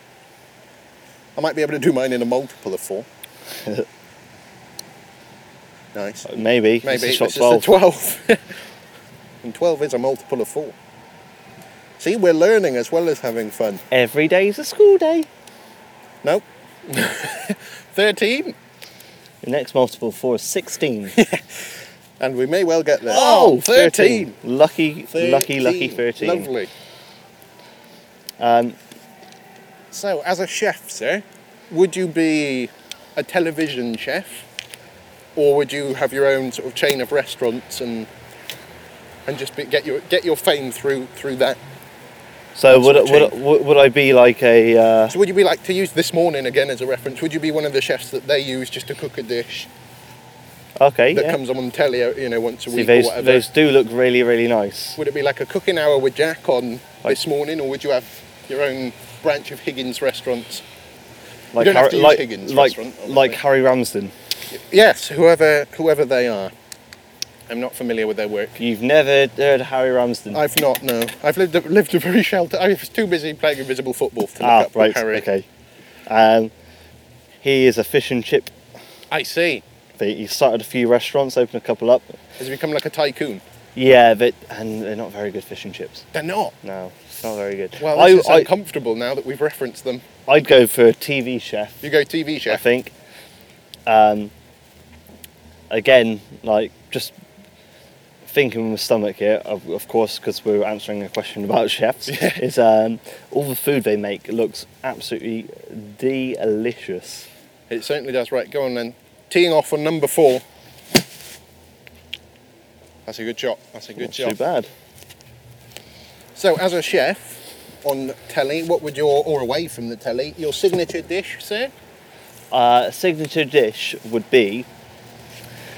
Speaker 1: I might be able to do mine in a multiple of
Speaker 2: [laughs]
Speaker 1: four. nice.
Speaker 2: Maybe.
Speaker 1: Maybe
Speaker 2: Oh, this is shot
Speaker 1: this
Speaker 2: twelve.
Speaker 1: is the 12. [laughs] and 12 is a multiple of four. See, we're learning as well as having fun.
Speaker 2: Every day is a school day.
Speaker 1: Nope. [laughs] 13.
Speaker 2: The next multiple of four is sixteen.
Speaker 1: And we may well get there.
Speaker 2: Oh,
Speaker 1: 13.
Speaker 2: 13. Lucky, lucky, lucky
Speaker 1: 13.
Speaker 2: 13.
Speaker 1: Lovely.
Speaker 2: Um,
Speaker 1: So, as a chef, sir, would you be a television chef, or would you have your own sort of chain of restaurants and and just be, get your get your fame through through that?
Speaker 2: so
Speaker 1: That's
Speaker 2: would, I-
Speaker 1: what
Speaker 2: would, I- would, would I be like a... Uh,
Speaker 1: So, would you be like to use this morning again as a reference? Would you be one of the chefs that they use just to cook a dish
Speaker 2: okay,
Speaker 1: that
Speaker 2: yeah.
Speaker 1: comes on telly, you know, once a
Speaker 2: See,
Speaker 1: week
Speaker 2: those,
Speaker 1: or whatever?
Speaker 2: those do look really, really nice.
Speaker 1: Would it be like a cooking hour with Jack on
Speaker 2: Like-
Speaker 1: this morning, or would you have your own branch of Higgins restaurants?
Speaker 2: Like
Speaker 1: don't have
Speaker 2: Harry-
Speaker 1: to use
Speaker 2: like,
Speaker 1: Higgins
Speaker 2: like,
Speaker 1: restaurant, obviously.
Speaker 2: like Harry Ramsden.
Speaker 1: Yes, whoever whoever they are. I'm not familiar with their work.
Speaker 2: You've never heard of Harry Ramsden.
Speaker 1: I've not. No, I've lived a, lived a very sheltered. I was too busy playing invisible football to look
Speaker 2: ah,
Speaker 1: up
Speaker 2: right,
Speaker 1: Harry.
Speaker 2: okay. Um, he is a fish and chip.
Speaker 1: I see.
Speaker 2: They, he started a few restaurants, opened a couple up.
Speaker 1: Has he become like a tycoon?
Speaker 2: Yeah, but and they're not very good fish and chips.
Speaker 1: They're not.
Speaker 2: No, it's not very good.
Speaker 1: Well, this is
Speaker 2: I, I,
Speaker 1: uncomfortable now that we've referenced them.
Speaker 2: I'd go for a TV chef.
Speaker 1: You go TV
Speaker 2: I
Speaker 1: chef.
Speaker 2: think. Um, again, like just thinking with my stomach here, of, of course, because we were answering a question about [laughs] chefs, is um, all the food they make looks absolutely delicious.
Speaker 1: It certainly does. Right, go on then. Teeing off on number four. That's a good shot. That's a good
Speaker 2: Not
Speaker 1: shot.
Speaker 2: too bad.
Speaker 1: So, as a chef on telly, what would your or away from the telly your signature dish, sir?
Speaker 2: Uh, signature dish would be.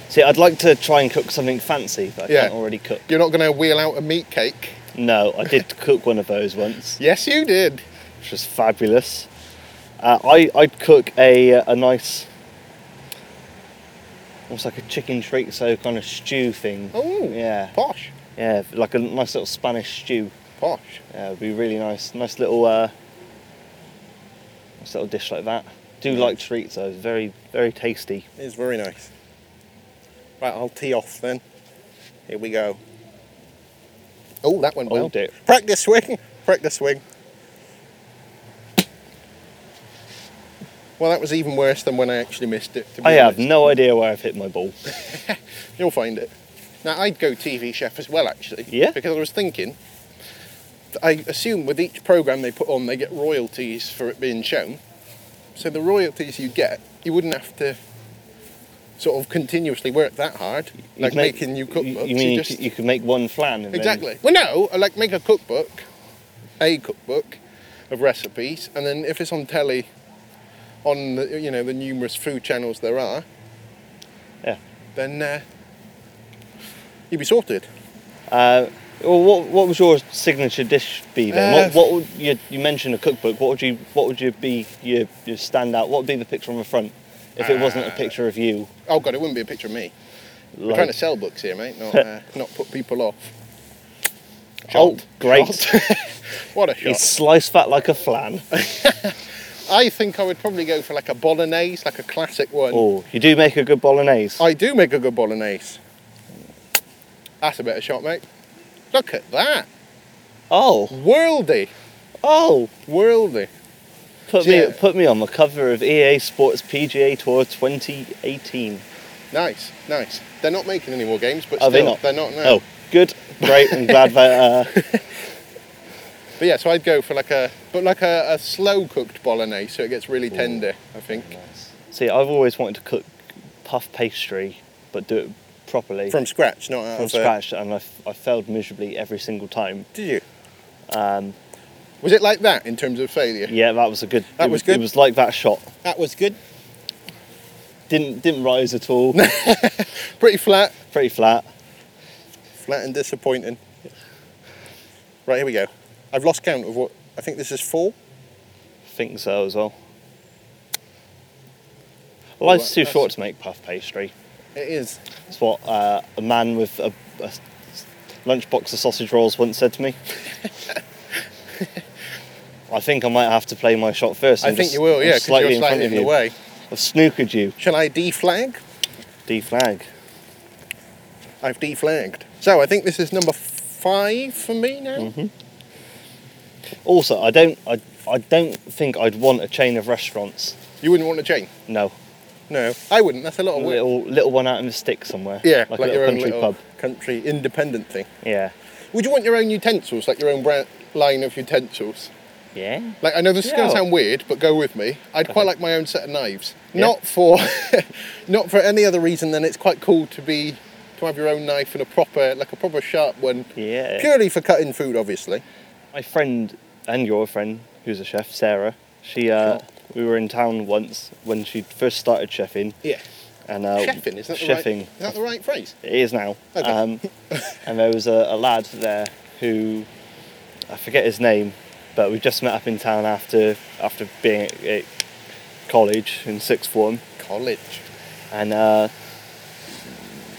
Speaker 2: See, I'd like to try and cook something fancy, but I
Speaker 1: Yeah.
Speaker 2: can't already cook.
Speaker 1: You're not going to wheel out a meat cake.
Speaker 2: No, I did cook one of those once.
Speaker 1: Yes, you did.
Speaker 2: which was fabulous. Uh, I I'd cook a a nice, almost like a chicken chorizo kind of stew thing.
Speaker 1: Oh,
Speaker 2: yeah,
Speaker 1: Posh,
Speaker 2: yeah, like a nice little Spanish stew.
Speaker 1: posh.
Speaker 2: Yeah, it'd be really nice. Nice little uh, nice little dish like that. Do
Speaker 1: Nice.
Speaker 2: like chorizo? Very very tasty.
Speaker 1: It's very nice. Right, I'll tee off then. Here we go. Oh, that went
Speaker 2: Oh,
Speaker 1: well.
Speaker 2: dear.
Speaker 1: Practice swing. Practice swing. Well, that was even worse than when I actually missed it. To be
Speaker 2: I have
Speaker 1: honest.
Speaker 2: no idea where I've hit my ball.
Speaker 1: You'll find it. Now, I'd go TV chef as well, actually.
Speaker 2: Yeah?
Speaker 1: Because I was thinking, I assume with each program they put on, they get royalties for it being shown. So the royalties you get, you wouldn't have to sort of continuously work that hard,
Speaker 2: You
Speaker 1: like
Speaker 2: can make-
Speaker 1: making new
Speaker 2: you-
Speaker 1: cookbooks.
Speaker 2: You mean you,
Speaker 1: just-
Speaker 2: c- you could make one flan? And then-
Speaker 1: exactly. Well, no, I like make a cookbook, a cookbook of recipes, and then if it's on telly, on the, you know the numerous food channels there are,
Speaker 2: Yeah.
Speaker 1: then uh, you'd be sorted.
Speaker 2: Uh, well, what what would your signature dish be then?
Speaker 1: Uh,
Speaker 2: what what would you, you mentioned a cookbook? What would you what would you be your your standout? What would be the picture on the front if it wasn't a
Speaker 1: Uh,
Speaker 2: picture of you?
Speaker 1: Oh god, it wouldn't be a picture of me. We're
Speaker 2: like- [laughs]
Speaker 1: trying to sell books here, mate, not uh, not put people off. Jolt.
Speaker 2: Oh, great.
Speaker 1: Jolt.
Speaker 2: [laughs]
Speaker 1: what a shot.
Speaker 2: He's sliced fat like
Speaker 1: [laughs]
Speaker 2: a flan.
Speaker 1: I think I would probably go for like a bolognese, like a classic one.
Speaker 2: oh, you do make a good bolognese.
Speaker 1: I do make a good bolognese. That's a better shot, mate. Look at that.
Speaker 2: oh,
Speaker 1: Worldy.
Speaker 2: oh.
Speaker 1: Worldy.
Speaker 2: Put
Speaker 1: Yeah.
Speaker 2: me put me on the cover of EA Sports PGA Tour 2018.
Speaker 1: Nice, nice. They're not making any more games, but still,
Speaker 2: Are they not?
Speaker 1: are not now.
Speaker 2: Oh, good, great. I'm glad that. Uh, [laughs]
Speaker 1: But yeah, so I'd go for like a, but like a, a slow cooked bolognese, so it gets really tender, I think.
Speaker 2: see, I've always wanted to cook puff pastry, but do it properly
Speaker 1: From scratch, not out
Speaker 2: from
Speaker 1: of a-
Speaker 2: scratch, and I, f- I failed miserably every single time.
Speaker 1: Did you?
Speaker 2: Um,
Speaker 1: Was it like that in terms of failure?
Speaker 2: yeah, that was a good.
Speaker 1: That
Speaker 2: it
Speaker 1: was good.
Speaker 2: It was like that shot.
Speaker 1: That was good.
Speaker 2: Didn't didn't rise at
Speaker 1: [laughs]
Speaker 2: all.
Speaker 1: Pretty flat.
Speaker 2: Pretty flat.
Speaker 1: Flat and disappointing. Right, here we go. I've lost count of what, I think this is four.
Speaker 2: Think so as well. Life's
Speaker 1: that-
Speaker 2: too
Speaker 1: that's-
Speaker 2: short to make puff pastry.
Speaker 1: It is.
Speaker 2: It's what uh, a man with a, a lunchbox of sausage rolls once said
Speaker 1: [laughs]
Speaker 2: to me. I think I might have to play my shot first.
Speaker 1: I
Speaker 2: I'm
Speaker 1: think
Speaker 2: just-
Speaker 1: you will,
Speaker 2: I'm
Speaker 1: yeah, because you're slightly
Speaker 2: front
Speaker 1: in
Speaker 2: of
Speaker 1: the
Speaker 2: you.
Speaker 1: way.
Speaker 2: I've snookered you.
Speaker 1: Shall I deflag?
Speaker 2: D flag.
Speaker 1: I've deflagged. So I think this is number five for me now.
Speaker 2: Mm-hmm. Also, I don't, I, I don't think I'd want a chain of restaurants.
Speaker 1: You wouldn't want a chain?
Speaker 2: No,
Speaker 1: No, I wouldn't. That's a lot
Speaker 2: a
Speaker 1: of work.
Speaker 2: little, little one out in the stick somewhere.
Speaker 1: Yeah,
Speaker 2: like, a little country pub.
Speaker 1: country independent thing.
Speaker 2: Yeah,
Speaker 1: Would you want your own utensils, like your own brand line of utensils?
Speaker 2: yeah.
Speaker 1: Like I know this is going to
Speaker 2: Yeah.
Speaker 1: sound weird, but go with me. I'd quite like my own set of knives.
Speaker 2: Yeah.
Speaker 1: Not for, [laughs] not for any other reason than it's quite cool to be to have your own knife and a proper, like a proper sharp one.
Speaker 2: Yeah.
Speaker 1: Purely for cutting food, obviously.
Speaker 2: My friend and your friend, who's a chef, Sarah. She, uh, we were in town once when she first started chefing,
Speaker 1: Yeah.
Speaker 2: and uh,
Speaker 1: Oh, chefing is that the
Speaker 2: chefing.
Speaker 1: right? Is that the right phrase?
Speaker 2: It is now.
Speaker 1: Okay.
Speaker 2: Um, and there was a, a lad there who I forget his name, but we just met up in town after after being at, at college in sixth form,
Speaker 1: College.
Speaker 2: and uh,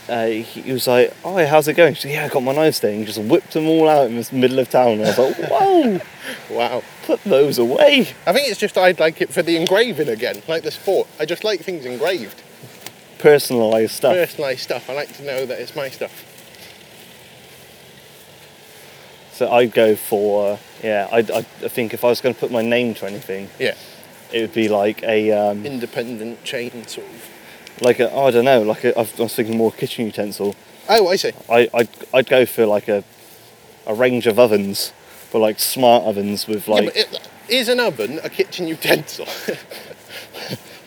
Speaker 2: uh, he, he was like, "Oh, hey, how's it going?" She said, "Yeah, I got my knives there." And he just whipped them all out in this middle of town, and I was like, "Whoa,
Speaker 1: Wow.
Speaker 2: put those away!"
Speaker 1: I think it's just I'd like it for the engraving again, like the sport. I just like things engraved.
Speaker 2: Personalised stuff.
Speaker 1: Personalised stuff. I like to know that it's my stuff.
Speaker 2: So I'd go for yeah. I, I I think if I was going to put my name to anything,
Speaker 1: Yeah.
Speaker 2: it would be like a um,
Speaker 1: Independent chain sort of.
Speaker 2: like a, I don't know, like a, I was thinking more kitchen utensil.
Speaker 1: Oh, I see.
Speaker 2: I, I'd, I'd go for like a, a range of ovens, but like smart ovens with
Speaker 1: Yeah,
Speaker 2: like,
Speaker 1: but it, is an oven a kitchen utensil? [laughs]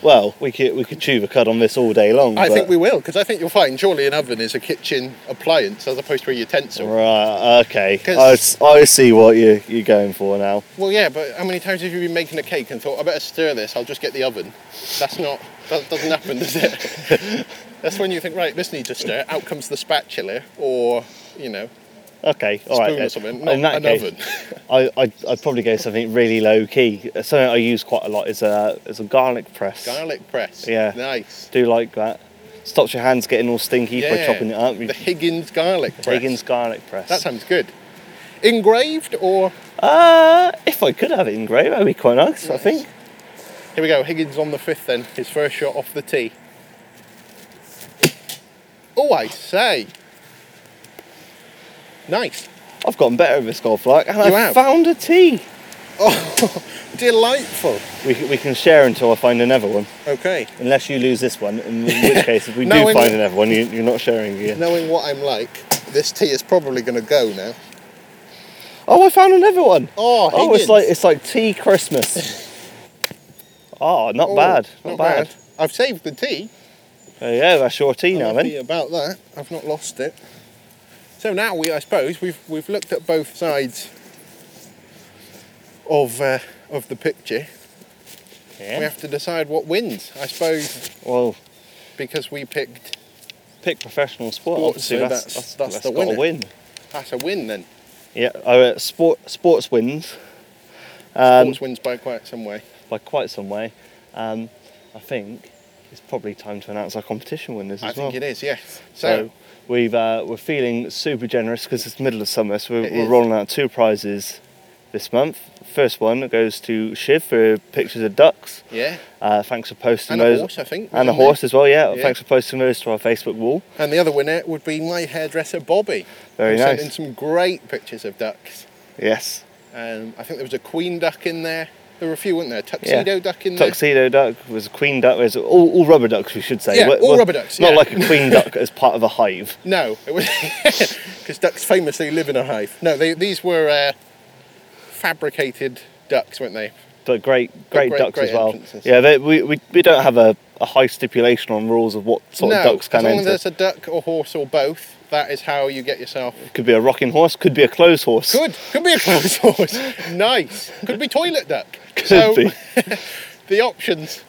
Speaker 2: well, we could we could chew the cud on this all day long.
Speaker 1: I
Speaker 2: but,
Speaker 1: think we will, because I think you'll find surely an oven is a kitchen appliance as opposed to a utensil.
Speaker 2: Right, okay.
Speaker 1: 'Cause-
Speaker 2: I, s- I see what you, you're going for now.
Speaker 1: Well, yeah, but how many times have you been making a cake and thought, I better stir this, I'll just get the oven? That's not, that doesn't happen, does it? [laughs] That's when you think, right, this needs a stir, out comes the spatula, or, you know,
Speaker 2: Okay, all right.
Speaker 1: Spoon or
Speaker 2: then.
Speaker 1: something,
Speaker 2: In
Speaker 1: not
Speaker 2: that
Speaker 1: an
Speaker 2: case,
Speaker 1: oven.
Speaker 2: [laughs] I, I'd, I'd probably go something really low key. Something I use quite a lot is a, is a garlic press.
Speaker 1: garlic press.
Speaker 2: Yeah.
Speaker 1: Nice.
Speaker 2: Do like that. Stops your hands getting all stinky by
Speaker 1: Yeah.
Speaker 2: chopping it up.
Speaker 1: The Higgins garlic press.
Speaker 2: Higgins garlic press.
Speaker 1: That sounds good. Engraved or
Speaker 2: Uh, if I could have it in grey, that'd be quite nice, I think.
Speaker 1: Here we go, Higgins on the fifth then. His first shot off the tee. Oh, I say. Nice.
Speaker 2: I've gotten better at this golf like, and
Speaker 1: You
Speaker 2: I
Speaker 1: have?
Speaker 2: found a tee.
Speaker 1: Oh, delightful.
Speaker 2: We, c- we can share until I find another one,
Speaker 1: Okay.
Speaker 2: unless you lose this one.
Speaker 1: [laughs]
Speaker 2: In which case, if we
Speaker 1: No,
Speaker 2: do
Speaker 1: in-
Speaker 2: find another one, you, you're not sharing again.
Speaker 1: Knowing what I'm like, this tee is probably going to go now.
Speaker 2: Oh, I found another one.
Speaker 1: Oh,
Speaker 2: oh,
Speaker 1: Higgins.
Speaker 2: it's like it's like
Speaker 1: [laughs]
Speaker 2: tea Christmas. oh, not
Speaker 1: Oh,
Speaker 2: bad, not, bad.
Speaker 1: I've saved the tee.
Speaker 2: There you go, that's your tea now
Speaker 1: I'm
Speaker 2: then.
Speaker 1: happy about that. I've not lost it. So now we, I suppose, we've we've looked at both sides of uh, of the picture.
Speaker 2: Yeah.
Speaker 1: We have to decide what wins, I suppose,
Speaker 2: Well,
Speaker 1: because we picked.
Speaker 2: pick professional sport.
Speaker 1: Sports,
Speaker 2: obviously,
Speaker 1: so
Speaker 2: that's
Speaker 1: that's-
Speaker 2: that's,
Speaker 1: that's the
Speaker 2: got
Speaker 1: winner.
Speaker 2: a win.
Speaker 1: That's a win then.
Speaker 2: Yeah, uh, sport sports wins. Um,
Speaker 1: Sports wins by quite some way.
Speaker 2: by quite some way. Um, I think it's probably time to announce our competition winners
Speaker 1: I
Speaker 2: as
Speaker 1: think it
Speaker 2: well.
Speaker 1: is, yes. So,
Speaker 2: So we've uh, we're feeling super generous because it's the middle of summer, so we're,
Speaker 1: It
Speaker 2: we're
Speaker 1: is.
Speaker 2: rolling out two prizes this month. First one goes to Shiv for pictures of ducks.
Speaker 1: yeah.
Speaker 2: Uh, thanks for posting
Speaker 1: And a
Speaker 2: those.
Speaker 1: horse, I think.
Speaker 2: and a
Speaker 1: wasn't
Speaker 2: horse as well, yeah.
Speaker 1: Yeah.
Speaker 2: Thanks for posting those to our Facebook wall.
Speaker 1: there? And the other winner would be my hairdresser, Bobby.
Speaker 2: Very
Speaker 1: who sent
Speaker 2: nice.
Speaker 1: in some great pictures of ducks.
Speaker 2: Yes.
Speaker 1: Um, I think there was a queen duck in there. There were a few, weren't there?
Speaker 2: Yeah.
Speaker 1: Tuxedo duck in there.
Speaker 2: Tuxedo duck was a queen duck. Was all, all rubber ducks, we should say.
Speaker 1: Yeah,
Speaker 2: Wa-
Speaker 1: all
Speaker 2: wa-
Speaker 1: rubber ducks,
Speaker 2: Not
Speaker 1: yeah.
Speaker 2: like a queen duck as part of a hive.
Speaker 1: No, it was [laughs] because ducks famously live in a hive. No, they, these were uh, fabricated ducks, weren't they?
Speaker 2: But great, great,
Speaker 1: great-
Speaker 2: ducks
Speaker 1: great
Speaker 2: as well.
Speaker 1: entrances.
Speaker 2: Yeah, they, we, we, we don't have a, a high stipulation on rules of what sort
Speaker 1: no,
Speaker 2: of ducks
Speaker 1: as
Speaker 2: can
Speaker 1: long
Speaker 2: enter.
Speaker 1: as there's a duck or horse or both, that is how you get yourself.
Speaker 2: Could be a rocking horse, could be a clothes horse.
Speaker 1: Good, could be a close [laughs] horse. Nice, could be toilet duck.
Speaker 2: [laughs] Could
Speaker 1: so
Speaker 2: be.
Speaker 1: [laughs] the options.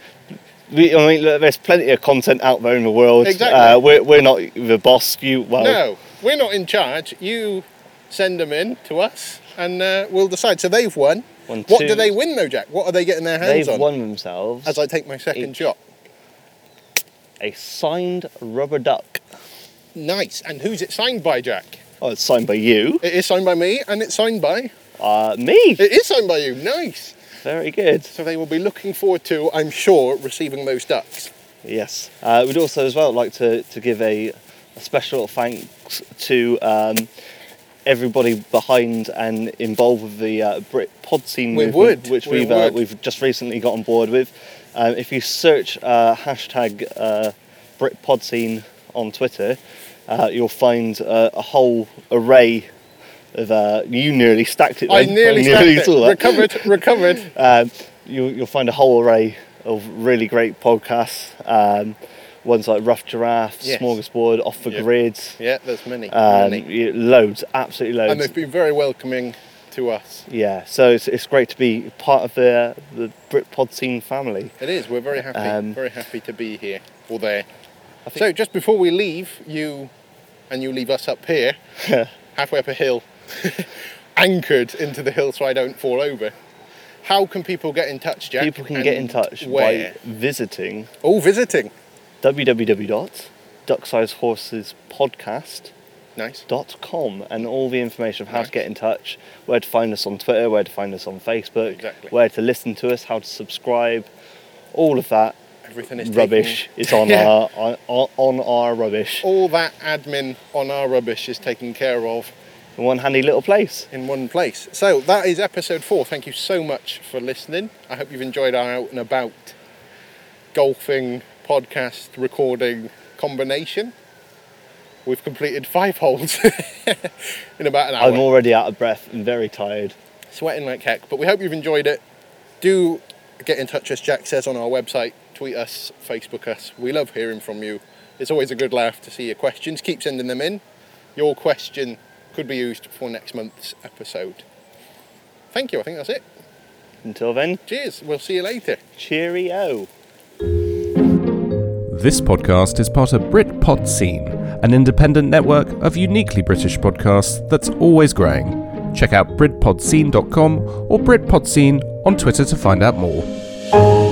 Speaker 2: We, I mean, look, there's plenty of content out there in the world.
Speaker 1: Exactly.
Speaker 2: Uh, we're, we're not the boss. You well,
Speaker 1: No, we're not in charge. You send them in to us, and uh, we'll decide. So they've won.
Speaker 2: One,
Speaker 1: what
Speaker 2: two.
Speaker 1: do they win though, Jack? What are they getting their hands
Speaker 2: they've
Speaker 1: on?
Speaker 2: won themselves
Speaker 1: As I take my second
Speaker 2: Each.
Speaker 1: shot.
Speaker 2: a signed rubber duck.
Speaker 1: Nice. And who's it signed by, Jack?
Speaker 2: Oh, it's signed by you.
Speaker 1: It is signed by me, and it's signed by.
Speaker 2: Uh, me.
Speaker 1: It is signed by you. Nice.
Speaker 2: Very good.
Speaker 1: So they will be looking forward to, I'm sure, receiving those ducks.
Speaker 2: Yes. Uh, we'd also, as well, like to, to give a, a special thanks to um, everybody behind and involved with the uh, Brit pod scene
Speaker 1: We
Speaker 2: movement,
Speaker 1: would,
Speaker 2: which
Speaker 1: we
Speaker 2: have uh,
Speaker 1: would.
Speaker 2: we've just recently got on board with. Um, if you search uh, hashtag uh, Brit pod scene on Twitter, uh, you'll find uh, a whole array of. Uh, you nearly stacked it.
Speaker 1: I
Speaker 2: then. [laughs]
Speaker 1: nearly, stacked
Speaker 2: saw
Speaker 1: it.
Speaker 2: that.
Speaker 1: Recovered, recovered.
Speaker 2: [laughs] Um, you, you'll find a whole array of really great podcasts. Um, ones like Rough Giraffe,
Speaker 1: Yes.
Speaker 2: Smorgasbord, Off the
Speaker 1: Yep.
Speaker 2: Grid,
Speaker 1: Yeah, there's many.
Speaker 2: um,
Speaker 1: many.
Speaker 2: y- loads, absolutely
Speaker 1: And
Speaker 2: loads.
Speaker 1: they've been very welcoming to us.
Speaker 2: yeah, so it's, it's great to be part of the the Britpod scene family.
Speaker 1: It is. We're very happy.
Speaker 2: Um,
Speaker 1: very happy to be here or there.
Speaker 2: think-
Speaker 1: So just before we leave you, and you leave us up
Speaker 2: [laughs]
Speaker 1: here, halfway up a hill, [laughs] anchored into the hill so I don't fall over. How can people get in touch, Jack?
Speaker 2: People can
Speaker 1: and
Speaker 2: get in touch
Speaker 1: where?
Speaker 2: by visiting
Speaker 1: Oh, visiting.
Speaker 2: www.ducksizehorsespodcast.com
Speaker 1: Nice.
Speaker 2: and all the information of how
Speaker 1: Nice.
Speaker 2: to get in touch, where to find us on Twitter, where to find us on Facebook,
Speaker 1: Exactly.
Speaker 2: where to listen to us, how to subscribe, all of that
Speaker 1: Everything is
Speaker 2: rubbish
Speaker 1: taken-
Speaker 2: is on
Speaker 1: Yeah. Oh.
Speaker 2: our on, on our rubbish.
Speaker 1: All that admin on our rubbish is taken care of
Speaker 2: In one handy little place.
Speaker 1: in one place. So that is episode four. Thank you so much for listening. I hope you've enjoyed our out and about golfing podcast recording combination. We've completed five holes [laughs] in about an hour.
Speaker 2: I'm already out of breath and very tired.
Speaker 1: sweating like heck, but we hope you've enjoyed it. Do get in touch, as Jack says, on our website, tweet us, Facebook us. We love hearing from you. It's always a good laugh to see your questions. Keep sending them in. Your question could be used for next month's episode. Thank you. I think that's it.
Speaker 2: Until then,
Speaker 1: Cheers. We'll see you later.
Speaker 2: cheerio.
Speaker 3: This podcast is part of Brit Pod Scene, an independent network of uniquely British podcasts that's always growing. Check out BritPodScene.com or BritPodScene on Twitter to find out more.